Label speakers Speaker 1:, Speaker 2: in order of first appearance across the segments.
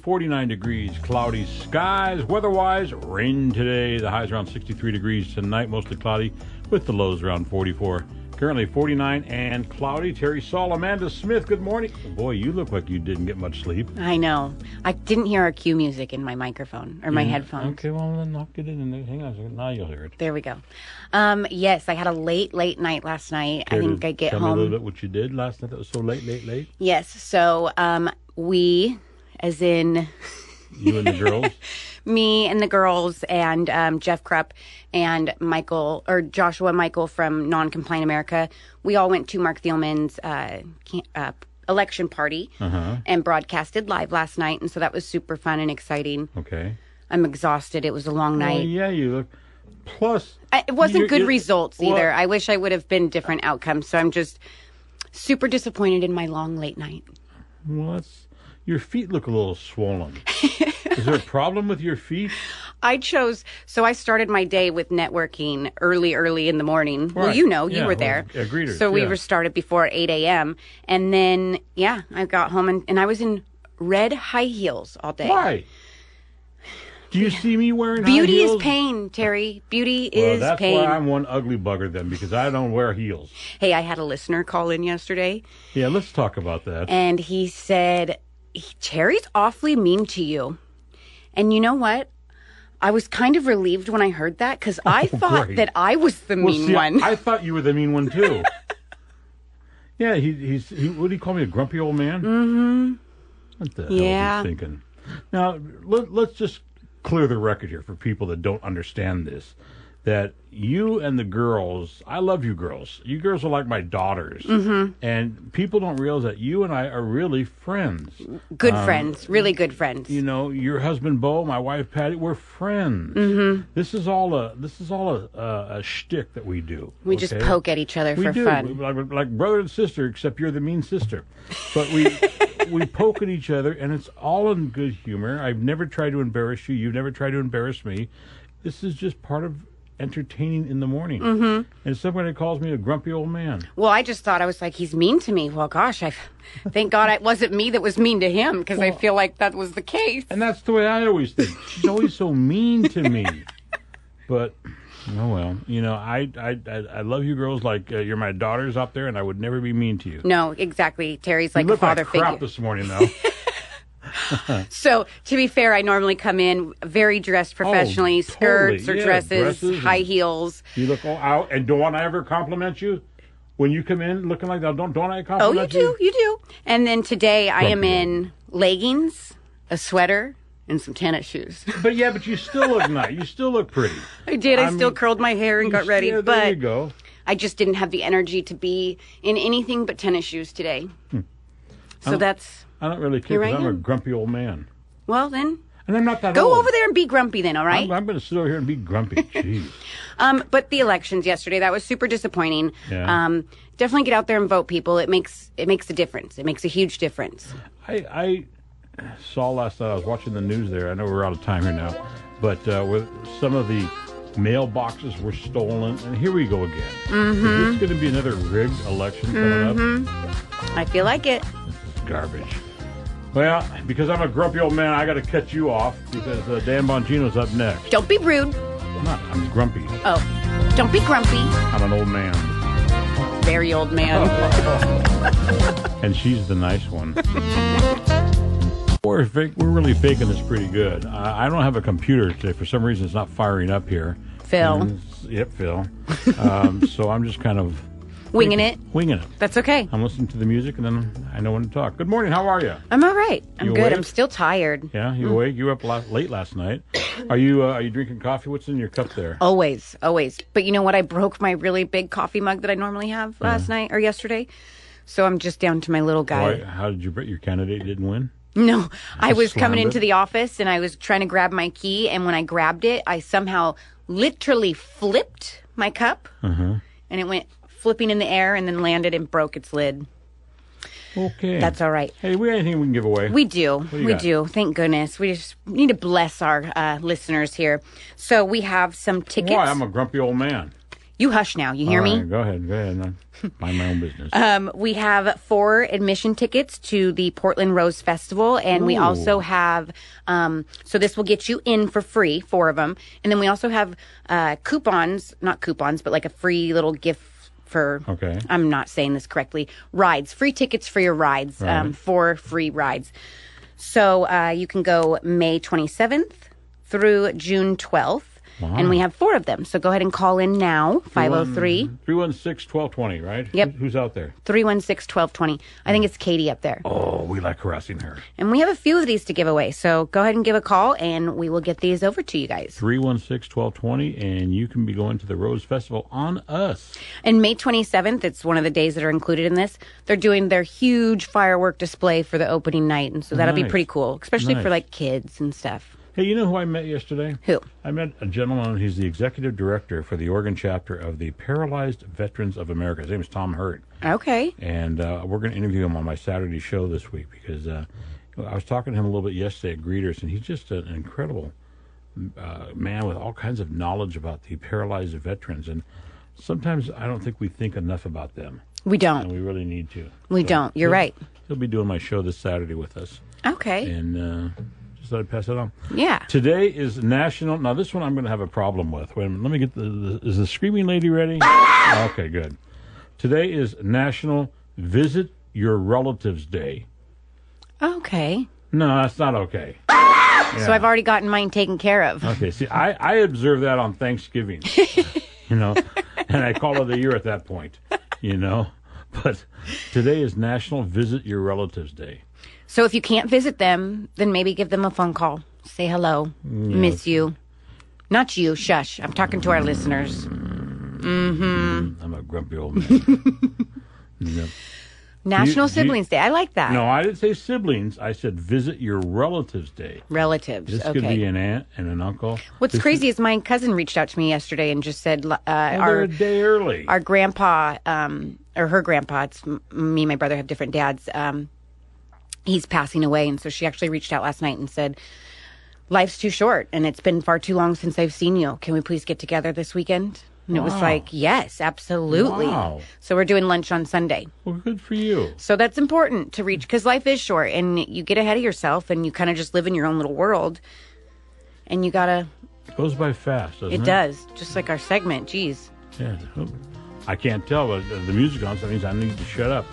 Speaker 1: 49 degrees, cloudy skies. Weather-wise, rain today. The highs around 63 degrees tonight, mostly cloudy, with the lows around 44. Currently 49 and cloudy. Terry Saul, Amanda Smith, good morning. Boy, you look like you didn't get much sleep.
Speaker 2: I know. I didn't hear our cue music in my microphone or my headphones.
Speaker 1: Okay, well, then knock it in. And then, hang on a second. Now you'll hear it.
Speaker 2: There we go. Um, yes, I had a late, late night last night. I
Speaker 1: Care to
Speaker 2: think I get
Speaker 1: tell
Speaker 2: home.
Speaker 1: me a little bit what you did last night that was so late, late, late.
Speaker 2: Yes. So um, we, as in
Speaker 1: You and the girls.
Speaker 2: me and the girls and um, Jeff Krupp and Michael or Joshua Michael from Non Compliant America, we all went to Mark Thielman's uh, can- uh, election party
Speaker 1: Uh-huh.
Speaker 2: and broadcasted live last night. And so that was super fun and exciting.
Speaker 1: Okay.
Speaker 2: I'm exhausted. It was a long
Speaker 1: Well,
Speaker 2: night.
Speaker 1: yeah, you look. Plus,
Speaker 2: I- it wasn't
Speaker 1: You're-
Speaker 2: good
Speaker 1: you're-
Speaker 2: results either.
Speaker 1: well-
Speaker 2: I wish I would have been different outcomes. So I'm just super disappointed in my long late night.
Speaker 1: well, that's, your feet look a little swollen. Is there a problem with your feet?
Speaker 2: I chose so I started my day with networking early, early in the morning. Well,
Speaker 1: Right.
Speaker 2: you know, you
Speaker 1: Yeah,
Speaker 2: were
Speaker 1: well,
Speaker 2: there.
Speaker 1: yeah, greeters,
Speaker 2: so we
Speaker 1: yeah.
Speaker 2: were started before eight a.m. and then yeah, I got home and, and I was in red high heels all day.
Speaker 1: Why? Do you see me wearing
Speaker 2: Beauty
Speaker 1: high
Speaker 2: is
Speaker 1: heels?
Speaker 2: pain, Terry. Beauty
Speaker 1: Well,
Speaker 2: is
Speaker 1: that's
Speaker 2: pain.
Speaker 1: why I'm one ugly bugger then, because I don't wear heels.
Speaker 2: Hey, I had a listener call in yesterday.
Speaker 1: Yeah, let's talk about that.
Speaker 2: and he said, Cherry's awfully mean to you. And you know what? I was kind of relieved when I heard that because I thought
Speaker 1: Oh, great.
Speaker 2: that I was the
Speaker 1: Well,
Speaker 2: mean
Speaker 1: see, I-
Speaker 2: one.
Speaker 1: I thought you were the mean one too. yeah, he, he's he, what do you call me? A grumpy old man? Mm-hmm. What the hell
Speaker 2: Yeah.
Speaker 1: was he thinking? Now let, let's just clear the record here for people that don't understand this. That you and the girls, I love you girls. You girls are like my daughters, mm-hmm. and people don't realize that you and I are really friends.
Speaker 2: good friends, really good friends.
Speaker 1: um, You know, your husband Bo, my wife Patty, we're friends. Mm-hmm. This is all a this is all a, a, a shtick that we do.
Speaker 2: we just
Speaker 1: okay?
Speaker 2: poke at each other
Speaker 1: We
Speaker 2: for
Speaker 1: do
Speaker 2: fun.
Speaker 1: like, like brother and sister, except you're the mean sister. But we we poke at each other, and it's all in good humor. I've never tried to embarrass you. You've never tried to embarrass me. This is just part of entertaining in the morning. Mm-hmm. And somebody calls me a grumpy old man.
Speaker 2: Well, I just thought I was like, he's mean to me. Well, gosh, I thank God it wasn't me that was mean to him because I feel like that was the case.
Speaker 1: And that's the way I always think. She's always so mean to me. But oh well, you know I I I, I love you girls like uh, you're my daughters out there, and I would never be mean to you.
Speaker 2: No, exactly. Terry's like
Speaker 1: you
Speaker 2: a
Speaker 1: look
Speaker 2: father
Speaker 1: like crap
Speaker 2: figure.
Speaker 1: this morning though.
Speaker 2: So, to be fair, I normally come in very dressed professionally,
Speaker 1: Oh, totally.
Speaker 2: skirts or
Speaker 1: Yeah,
Speaker 2: dresses,
Speaker 1: dresses and-
Speaker 2: high heels.
Speaker 1: you look all out, and don't I ever compliment you when you come in looking like that? Don't don't I
Speaker 2: Oh, you
Speaker 1: compliment
Speaker 2: do, you do. And then today I am
Speaker 1: Grumpy
Speaker 2: in leggings, a sweater, and some tennis shoes.
Speaker 1: But yeah, but you still look nice. You still look pretty.
Speaker 2: I did. I
Speaker 1: I'm-
Speaker 2: still curled my hair and got ready,
Speaker 1: Yeah, there you
Speaker 2: but
Speaker 1: go.
Speaker 2: I just didn't have the energy to be in anything but tennis shoes today. So that's
Speaker 1: I don't really care
Speaker 2: Here I
Speaker 1: because I'm a
Speaker 2: am.
Speaker 1: grumpy old man,
Speaker 2: well then.
Speaker 1: and I'm not that
Speaker 2: Go
Speaker 1: old.
Speaker 2: over there and be grumpy then, all right?
Speaker 1: I'm, I'm going to sit over here and be grumpy. Jeez.
Speaker 2: Um, but the elections yesterday, that was super disappointing.
Speaker 1: Yeah.
Speaker 2: Um, definitely get out there and vote, people. It makes it makes a difference. It makes a huge difference.
Speaker 1: I, I saw last night. I was watching the news there. I know we're out of time here now, but uh, with some of the mailboxes were stolen, and here we go again.
Speaker 2: Mm-hmm.
Speaker 1: Is this going to be another rigged election coming up?
Speaker 2: I feel like it.
Speaker 1: Garbage. Well, because I'm a grumpy old man, I got to cut you off because uh, Dan Bongino's up next.
Speaker 2: Don't be rude.
Speaker 1: I'm not. I'm grumpy.
Speaker 2: Oh, don't be grumpy.
Speaker 1: I'm an old man,
Speaker 2: Very old man.
Speaker 1: and she's the nice one. We're, fake, we're really faking this pretty good. I, I don't have a computer today. For some reason, it's not firing up here.
Speaker 2: Phil.
Speaker 1: And it's- Yep, Phil. um, so I'm just kind of
Speaker 2: Winging it.
Speaker 1: winging it.
Speaker 2: That's okay.
Speaker 1: I'm listening to the music and then I know when to talk. Good morning. How are you?
Speaker 2: I'm all right. I'm
Speaker 1: You
Speaker 2: good.
Speaker 1: awake?
Speaker 2: I'm still tired.
Speaker 1: Yeah, you awake? You were up la- late last night. Are you uh, Are you drinking coffee? What's in your cup there?
Speaker 2: Always, always. But you know what? I broke my really big coffee mug that I normally have
Speaker 1: Uh-huh.
Speaker 2: last night or yesterday. So I'm just down to my little guy.
Speaker 1: Why, how did you bet your candidate didn't win?
Speaker 2: No, I was coming
Speaker 1: slammed
Speaker 2: into
Speaker 1: it?
Speaker 2: the office and I was trying to grab my key. And when I grabbed it, I somehow literally flipped my cup
Speaker 1: Uh-huh.
Speaker 2: and it went flipping in the air and then landed and broke its lid.
Speaker 1: Okay,
Speaker 2: That's all right.
Speaker 1: Hey, we got anything we can give away?
Speaker 2: We do.
Speaker 1: you
Speaker 2: we
Speaker 1: got?
Speaker 2: do. Thank goodness. We just need to bless our uh, listeners here. So we have some tickets.
Speaker 1: Why? I'm a grumpy old man.
Speaker 2: You hush now. You hear
Speaker 1: All
Speaker 2: me?
Speaker 1: right, go ahead. Go ahead. I mind my own business.
Speaker 2: Um, we have four admission tickets to the Portland Rose Festival, and we
Speaker 1: Ooh.
Speaker 2: also have um, so this will get you in for free, four of them, and then we also have uh, coupons, not coupons, but like a free little gift for.
Speaker 1: Okay.
Speaker 2: I'm not saying this correctly. Rides, free tickets for your rides, um, four free rides. So uh, you can go May 27th through June 12th. And we have four of them. So go ahead and call in now, 503
Speaker 1: 316 1220, right?
Speaker 2: Yep.
Speaker 1: Who- Who's out there?
Speaker 2: 316 1220. I think it's Katie up there.
Speaker 1: Oh, we like harassing her.
Speaker 2: And we have a few of these to give away. So go ahead and give a call and we will get these over to you guys.
Speaker 1: 316 1220, and you can be going to the Rose Festival on us.
Speaker 2: And May 27th, it's one of the days that are included in this. They're doing their huge firework display for the opening night. And so that'll be
Speaker 1: Nice.
Speaker 2: pretty cool, especially
Speaker 1: Nice.
Speaker 2: for like kids and stuff.
Speaker 1: Hey, you know who I met yesterday?
Speaker 2: Who?
Speaker 1: I met a gentleman. He's the executive director for the Oregon chapter of the Paralyzed Veterans of America. His name is Tom Hurt.
Speaker 2: Okay.
Speaker 1: and uh, we're going to interview him on my Saturday show this week because uh, I was talking to him a little bit yesterday at Greeters, and he's just an incredible uh, man with all kinds of knowledge about the paralyzed veterans. And sometimes I don't think we think enough about them,
Speaker 2: We
Speaker 1: and
Speaker 2: don't.
Speaker 1: we really need to.
Speaker 2: We don't. You're
Speaker 1: he'll-
Speaker 2: right.
Speaker 1: He'll be doing my show this Saturday with us,
Speaker 2: Okay.
Speaker 1: and uh, just thought I'd pass it on.
Speaker 2: Yeah.
Speaker 1: Today is National. Now this one I'm going to have a problem with. Wait a minute. Let me get the, the is the screaming lady ready? okay, good. Today is National Visit Your Relatives Day.
Speaker 2: Okay.
Speaker 1: No, that's not okay.
Speaker 2: So I've already gotten mine taken care of.
Speaker 1: Okay, see, I I observe that on Thanksgiving, you know, and I call it a year at that point, you know. But today is National Visit Your Relatives Day.
Speaker 2: So if you can't visit them, then maybe give them a phone call. Say hello.
Speaker 1: Mm,
Speaker 2: Miss you. Not you. Shush. I'm talking to our listeners.
Speaker 1: I'm a grumpy old man. Yep.
Speaker 2: National
Speaker 1: do you-
Speaker 2: Siblings Day. I like that.
Speaker 1: No, I didn't say siblings. I said Visit Your Relatives Day.
Speaker 2: Relatives.
Speaker 1: This
Speaker 2: okay.
Speaker 1: could be an aunt and an uncle.
Speaker 2: What's
Speaker 1: This is-
Speaker 2: crazy is my cousin reached out to me yesterday and just said uh,
Speaker 1: Well, they're
Speaker 2: our
Speaker 1: a day early.
Speaker 2: our grandpa um, or her grandpa. It's m- me and my brother have different dads. Um, he's passing away, and so she actually reached out last night and said, "Life's too short, and it's been far too long since I've seen you. Can we please get together this weekend?" And it was
Speaker 1: Wow.
Speaker 2: like, "Yes, absolutely."
Speaker 1: Wow.
Speaker 2: So we're doing lunch on Sunday.
Speaker 1: well, good for you.
Speaker 2: So that's important to reach because life is short and you get ahead of yourself and you kind of just live in your own little world. And you gotta,
Speaker 1: It goes by fast, doesn't it?
Speaker 2: it does, just like our segment. Jeez.
Speaker 1: Yeah. Oh, I can't tell, but the the music on, so that means I need to shut up.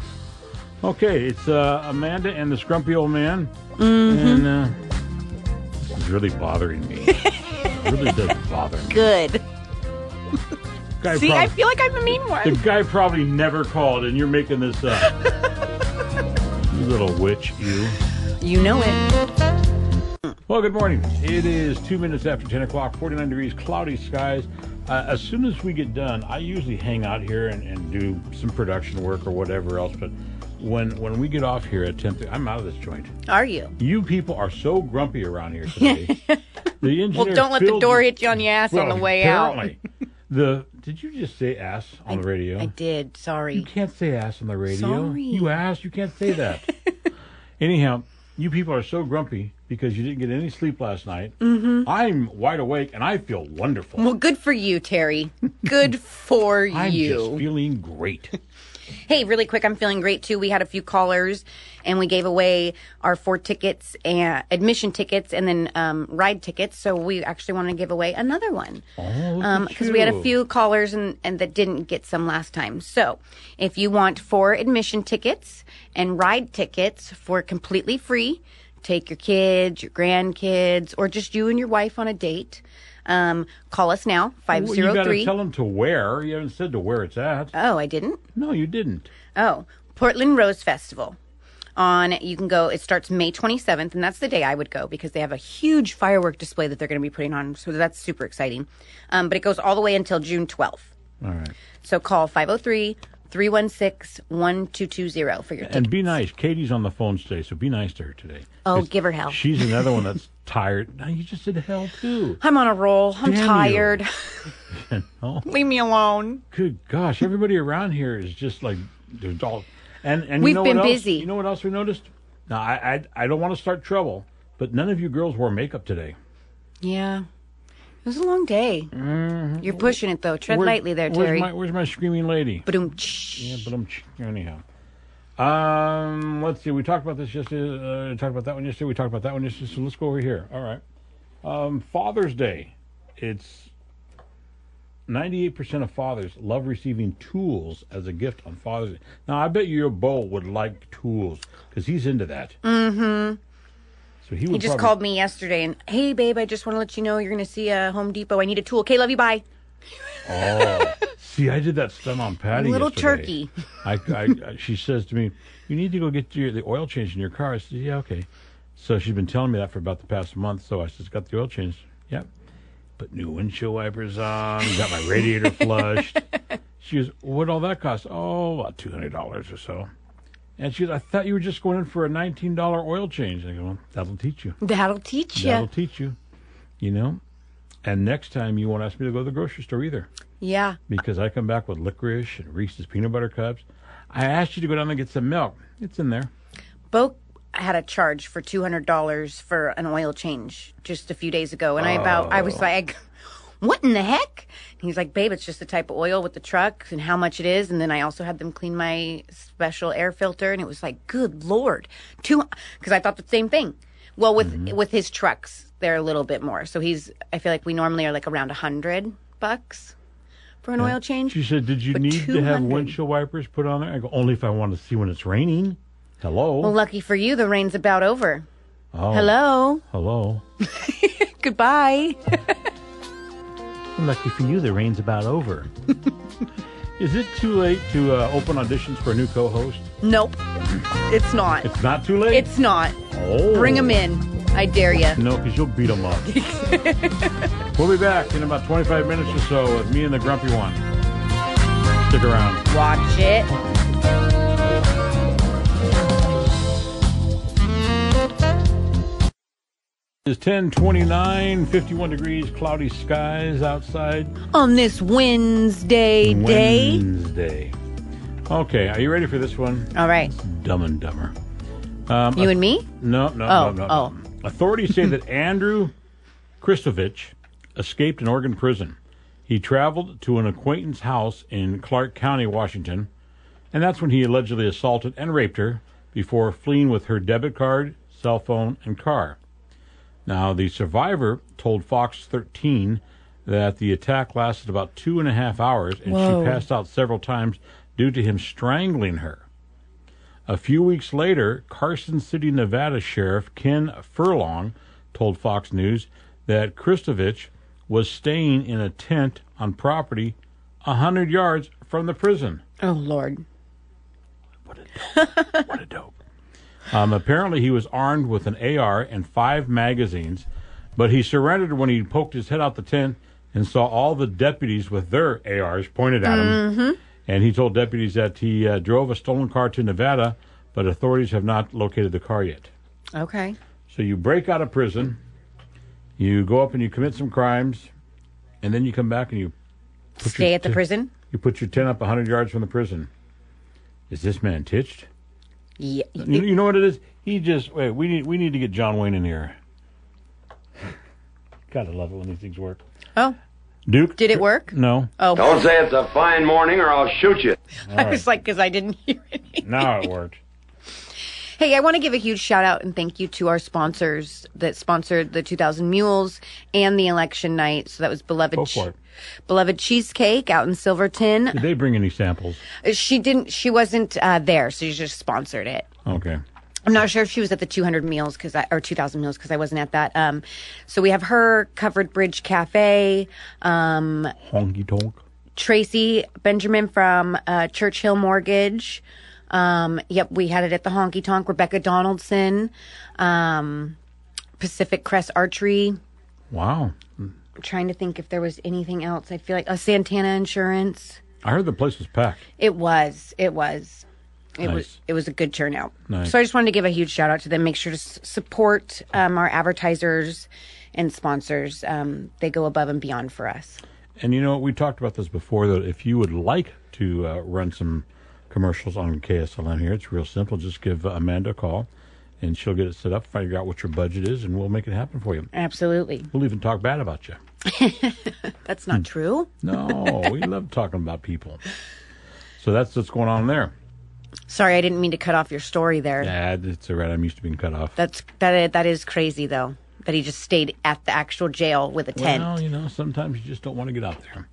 Speaker 1: Okay, it's uh, Amanda and the Scrumpy Old Man.
Speaker 2: Mm-hmm.
Speaker 1: And uh, this is really bothering me. It really does bother me.
Speaker 2: Good.
Speaker 1: Guy
Speaker 2: See, I
Speaker 1: prob-
Speaker 2: feel like I'm a mean
Speaker 1: the
Speaker 2: one.
Speaker 1: guy probably never called, and you're making this up. you little witch, you.
Speaker 2: You know it.
Speaker 1: Well, good morning. It is two minutes after 10 o'clock, 49 degrees, cloudy skies. Uh, as soon as we get done, I usually hang out here and, and do some production work or whatever else. But when when we get off here at 10, I'm out of this joint.
Speaker 2: Are you?
Speaker 1: You people are so grumpy around here today. the engineer
Speaker 2: Well, don't let the
Speaker 1: filled
Speaker 2: door
Speaker 1: you-
Speaker 2: hit you on the ass on
Speaker 1: Well,
Speaker 2: the way out.
Speaker 1: apparently. the Did you just say ass on the radio?
Speaker 2: I did. Sorry.
Speaker 1: You can't say ass on the radio.
Speaker 2: Sorry.
Speaker 1: You ass, you can't say that. Anyhow, you people are so grumpy because you didn't get any sleep last night. Mm-hmm. I'm wide awake and I feel wonderful.
Speaker 2: Well, good for you, Terry. Good for
Speaker 1: I'm
Speaker 2: you.
Speaker 1: just feeling great.
Speaker 2: Hey, really quick, I'm feeling great too. We had a few callers and we gave away our four tickets and admission tickets and then um, ride tickets. So we actually want to give away another one.
Speaker 1: Oh, look at
Speaker 2: Because Um, we had a
Speaker 1: you.
Speaker 2: few callers and, and that didn't get some last time. So if you want four admission tickets and ride tickets for completely free, take your kids, your grandkids, or just you and your wife on a date. Um, call us now,
Speaker 1: Well, you got to
Speaker 2: 503.
Speaker 1: tell them to where. You haven't said to where it's at.
Speaker 2: oh, I didn't?
Speaker 1: No, you didn't.
Speaker 2: Oh, Portland Rose Festival. On you can go. It starts May 27th, and that's the day I would go because they have a huge firework display that they're going to be putting on. So that's super exciting. Um, but it goes all the way until June 12th.
Speaker 1: All right.
Speaker 2: So call 503 316 1220 for your ticket.
Speaker 1: And be nice. Katie's on the phone today, so be nice to her today.
Speaker 2: Oh,
Speaker 1: 'Cause
Speaker 2: give her hell.
Speaker 1: She's another one that's tired. Now you just said hell too.
Speaker 2: I'm on a roll. I'm
Speaker 1: Damn you.
Speaker 2: tired. Leave me alone.
Speaker 1: Good gosh, everybody around here is just like they're all, and and
Speaker 2: We've
Speaker 1: you know
Speaker 2: been
Speaker 1: what else?
Speaker 2: busy.
Speaker 1: You know what else we noticed? Now I I, I don't want to start trouble, but none of you girls wore makeup today.
Speaker 2: Yeah. It was a long day. You're pushing it though. Tread
Speaker 1: Where-
Speaker 2: lightly there,
Speaker 1: Mm-hmm. where's
Speaker 2: Terry.
Speaker 1: My, where's my screaming lady?
Speaker 2: Ba-doom.
Speaker 1: Yeah, but I'm ch- anyhow. Um, let's see. We talked about this yesterday. Uh, talked about that one yesterday. We talked about that one yesterday. So let's go over here. All right. Um, Father's Day. It's ninety-eight percent of fathers love receiving tools as a gift on Father's Day. Now, I bet you your Bo would like tools because he's into that. Mm-hmm. So he would.
Speaker 2: He just
Speaker 1: probably-
Speaker 2: called me yesterday and, hey, babe, I just want to let you know you're going to see a Home Depot. I need a tool. Okay, love you. Bye.
Speaker 1: Oh, see, I did that stunt on Patty.
Speaker 2: Little
Speaker 1: yesterday. I, I, I, she says to me, "You need to go get your, the oil change in your car." I said, "Yeah, okay." So she's been telling me that for about the past month. So I says, "Got the oil change." Yep. Put new windshield wipers on. Got my radiator flushed. She goes, "What all that cost?" Oh, about two hundred dollars or so. And she goes, "I thought you were just going in for a nineteen dollar oil change." And I go, well, "That'll teach you."
Speaker 2: That'll teach
Speaker 1: That'll
Speaker 2: you.
Speaker 1: teach you. You know. And next time you won't ask me to go to the grocery store either
Speaker 2: Yeah.
Speaker 1: because I come back with licorice and Reese's peanut butter cups. I asked you to go down and get some milk. It's in there.
Speaker 2: Bo had a charge for two hundred dollars for an oil change just a few days ago, and I about I was like, "What in the heck?" And he's like, "Babe, it's just the type of oil with the truck and how much it is." And then I also had them clean my special air filter, and it was like, "Good lord, two because I thought the same thing. Well, with with his trucks, they're a little bit more. So he's I feel like we normally are like around a hundred bucks for an oil change.
Speaker 1: She said, "Did you
Speaker 2: But
Speaker 1: need to have
Speaker 2: 200?
Speaker 1: windshield wipers put on there?" I go, "Only if I want to see when it's raining." Hello.
Speaker 2: well, lucky for you, the rain's about over.
Speaker 1: Oh,
Speaker 2: Hello,
Speaker 1: Hello.
Speaker 2: goodbye.
Speaker 1: Lucky for you, the rain's about over. Is it too late to uh, open auditions for a new co-host?
Speaker 2: Nope, it's not.
Speaker 1: It's not too late.
Speaker 2: It's not.
Speaker 1: oh.
Speaker 2: Bring them in. I dare you.
Speaker 1: No, because you'll beat them up. we'll be back in about 25 minutes or so with me and the grumpy one. Stick around.
Speaker 2: Watch it.
Speaker 1: It's 10 29, 51 degrees, cloudy skies outside.
Speaker 2: On this Wednesday day.
Speaker 1: Wednesday. Okay, are you ready for this one?
Speaker 2: All right.
Speaker 1: Dumb and Dumber. Um,
Speaker 2: You
Speaker 1: uh,
Speaker 2: and me?
Speaker 1: no, no, no,
Speaker 2: Oh,
Speaker 1: no.
Speaker 2: oh.
Speaker 1: Authorities say that Andrew Kristovich escaped an Oregon prison. He traveled to an acquaintance house in Clark County, Washington, and that's when he allegedly assaulted and raped her before fleeing with her debit card, cell phone, and car. Now, the survivor told Fox 13 that the attack lasted about two and a half hours and
Speaker 2: Whoa.
Speaker 1: she passed out several times due to him strangling her. A few weeks later, Carson City, Nevada Sheriff Ken Furlong told Fox News that Kristovich was staying in a tent on property a 100 yards from the prison.
Speaker 2: Oh, Lord.
Speaker 1: What a dope. what a dope. Um, apparently, he was armed with an AR and five magazines, but he surrendered when he poked his head out the tent and saw all the deputies with their ARs pointed at him. And he told deputies that he uh, drove a stolen car to Nevada, but authorities have not located the car yet.
Speaker 2: Okay.
Speaker 1: So you break out of prison, you go up and you commit some crimes, and then you come back and you put
Speaker 2: Stay
Speaker 1: your
Speaker 2: at the
Speaker 1: t-
Speaker 2: prison?
Speaker 1: you put your tent up 100 yards from the prison. Is this man titched?
Speaker 2: Yeah.
Speaker 1: You, you know what it is? He just wait. We need we need to get John Wayne in here. Gotta love it when these things work.
Speaker 2: Oh,
Speaker 1: Duke,
Speaker 2: did it work?
Speaker 1: No,
Speaker 2: Oh,
Speaker 3: Don't say it's a fine morning or I'll shoot you.
Speaker 2: I was like, because I didn't hear it.
Speaker 1: now it worked.
Speaker 2: Hey, I want to give a huge shout out and thank you to our sponsors that sponsored the 2000 Mules and the election night. So that was Beloved,
Speaker 1: Go for it.
Speaker 2: Beloved Cheesecake out in Silverton. Uh,
Speaker 1: Did they bring any samples?
Speaker 2: She didn't, she wasn't uh, there, so she just sponsored it.
Speaker 1: Okay.
Speaker 2: I'm not sure if she was at the 200 meals because I or 2,000 meals because I wasn't at that. Um, so we have her Covered Bridge Cafe, um,
Speaker 1: Honky tonk.
Speaker 2: Tracy Benjamin from uh, Churchill Mortgage. Um, yep, we had it at the Honky Tonk. Rebecca Donaldson, um, Pacific Crest Archery.
Speaker 1: Wow.
Speaker 2: I'm trying to think if there was anything else. I feel like uh, Santana Insurance.
Speaker 1: I heard the place was packed.
Speaker 2: It was. It was. It
Speaker 1: Nice.
Speaker 2: was. It was a good turnout.
Speaker 1: Nice.
Speaker 2: So I just wanted to give a huge shout out to them. Make sure to s- support um, our advertisers and sponsors. Um, they go above and beyond for us.
Speaker 1: And you know what? We talked about this before. That if you would like to uh, run some commercials on KSLM here, it's real simple. Just give uh, Amanda a call and she'll get it set up, figure out what your budget is, and we'll make it happen for you.
Speaker 2: Absolutely.
Speaker 1: We'll even talk bad about you.
Speaker 2: That's
Speaker 1: Hmm.
Speaker 2: not true.
Speaker 1: No, we love talking about people. So that's what's going on there.
Speaker 2: Sorry, I didn't mean to cut off your story there.
Speaker 1: Yeah, it's all right. I'm used to being cut off.
Speaker 2: That's that. i- That is crazy though. That he just stayed at the actual jail with a tent.
Speaker 1: Well, you know, sometimes you just don't want to get out there.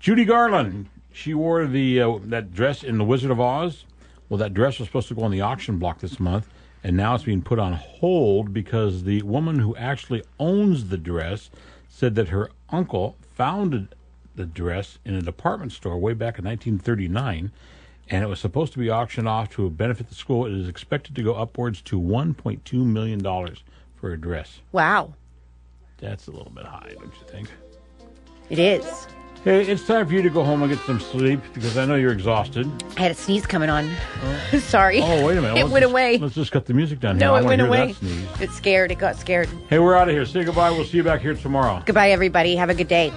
Speaker 1: Judy Garland, she wore the uh, that dress in The Wizard of Oz. Well, that dress was supposed to go on the auction block this month, and now it's being put on hold because the woman who actually owns the dress said that her uncle founded the dress in a department store way back in 1939. And it was supposed to be auctioned off to benefit the school. It is expected to go upwards to $1.2 million for a dress.
Speaker 2: Wow,
Speaker 1: That's a little bit high, don't you think?
Speaker 2: it is.
Speaker 1: Hey, it's time for you to go home and get some sleep because I know you're exhausted.
Speaker 2: I had a sneeze coming on. Sorry.
Speaker 1: Oh, wait a minute.
Speaker 2: it
Speaker 1: Let's
Speaker 2: went
Speaker 1: just-
Speaker 2: away.
Speaker 1: Let's just cut the music down here.
Speaker 2: No,
Speaker 1: I
Speaker 2: it
Speaker 1: wanna hear
Speaker 2: went away.
Speaker 1: That sneeze.
Speaker 2: It scared. It got scared.
Speaker 1: Hey, we're out of here. Say goodbye. We'll see you back here tomorrow.
Speaker 2: Goodbye, everybody. Have a good day.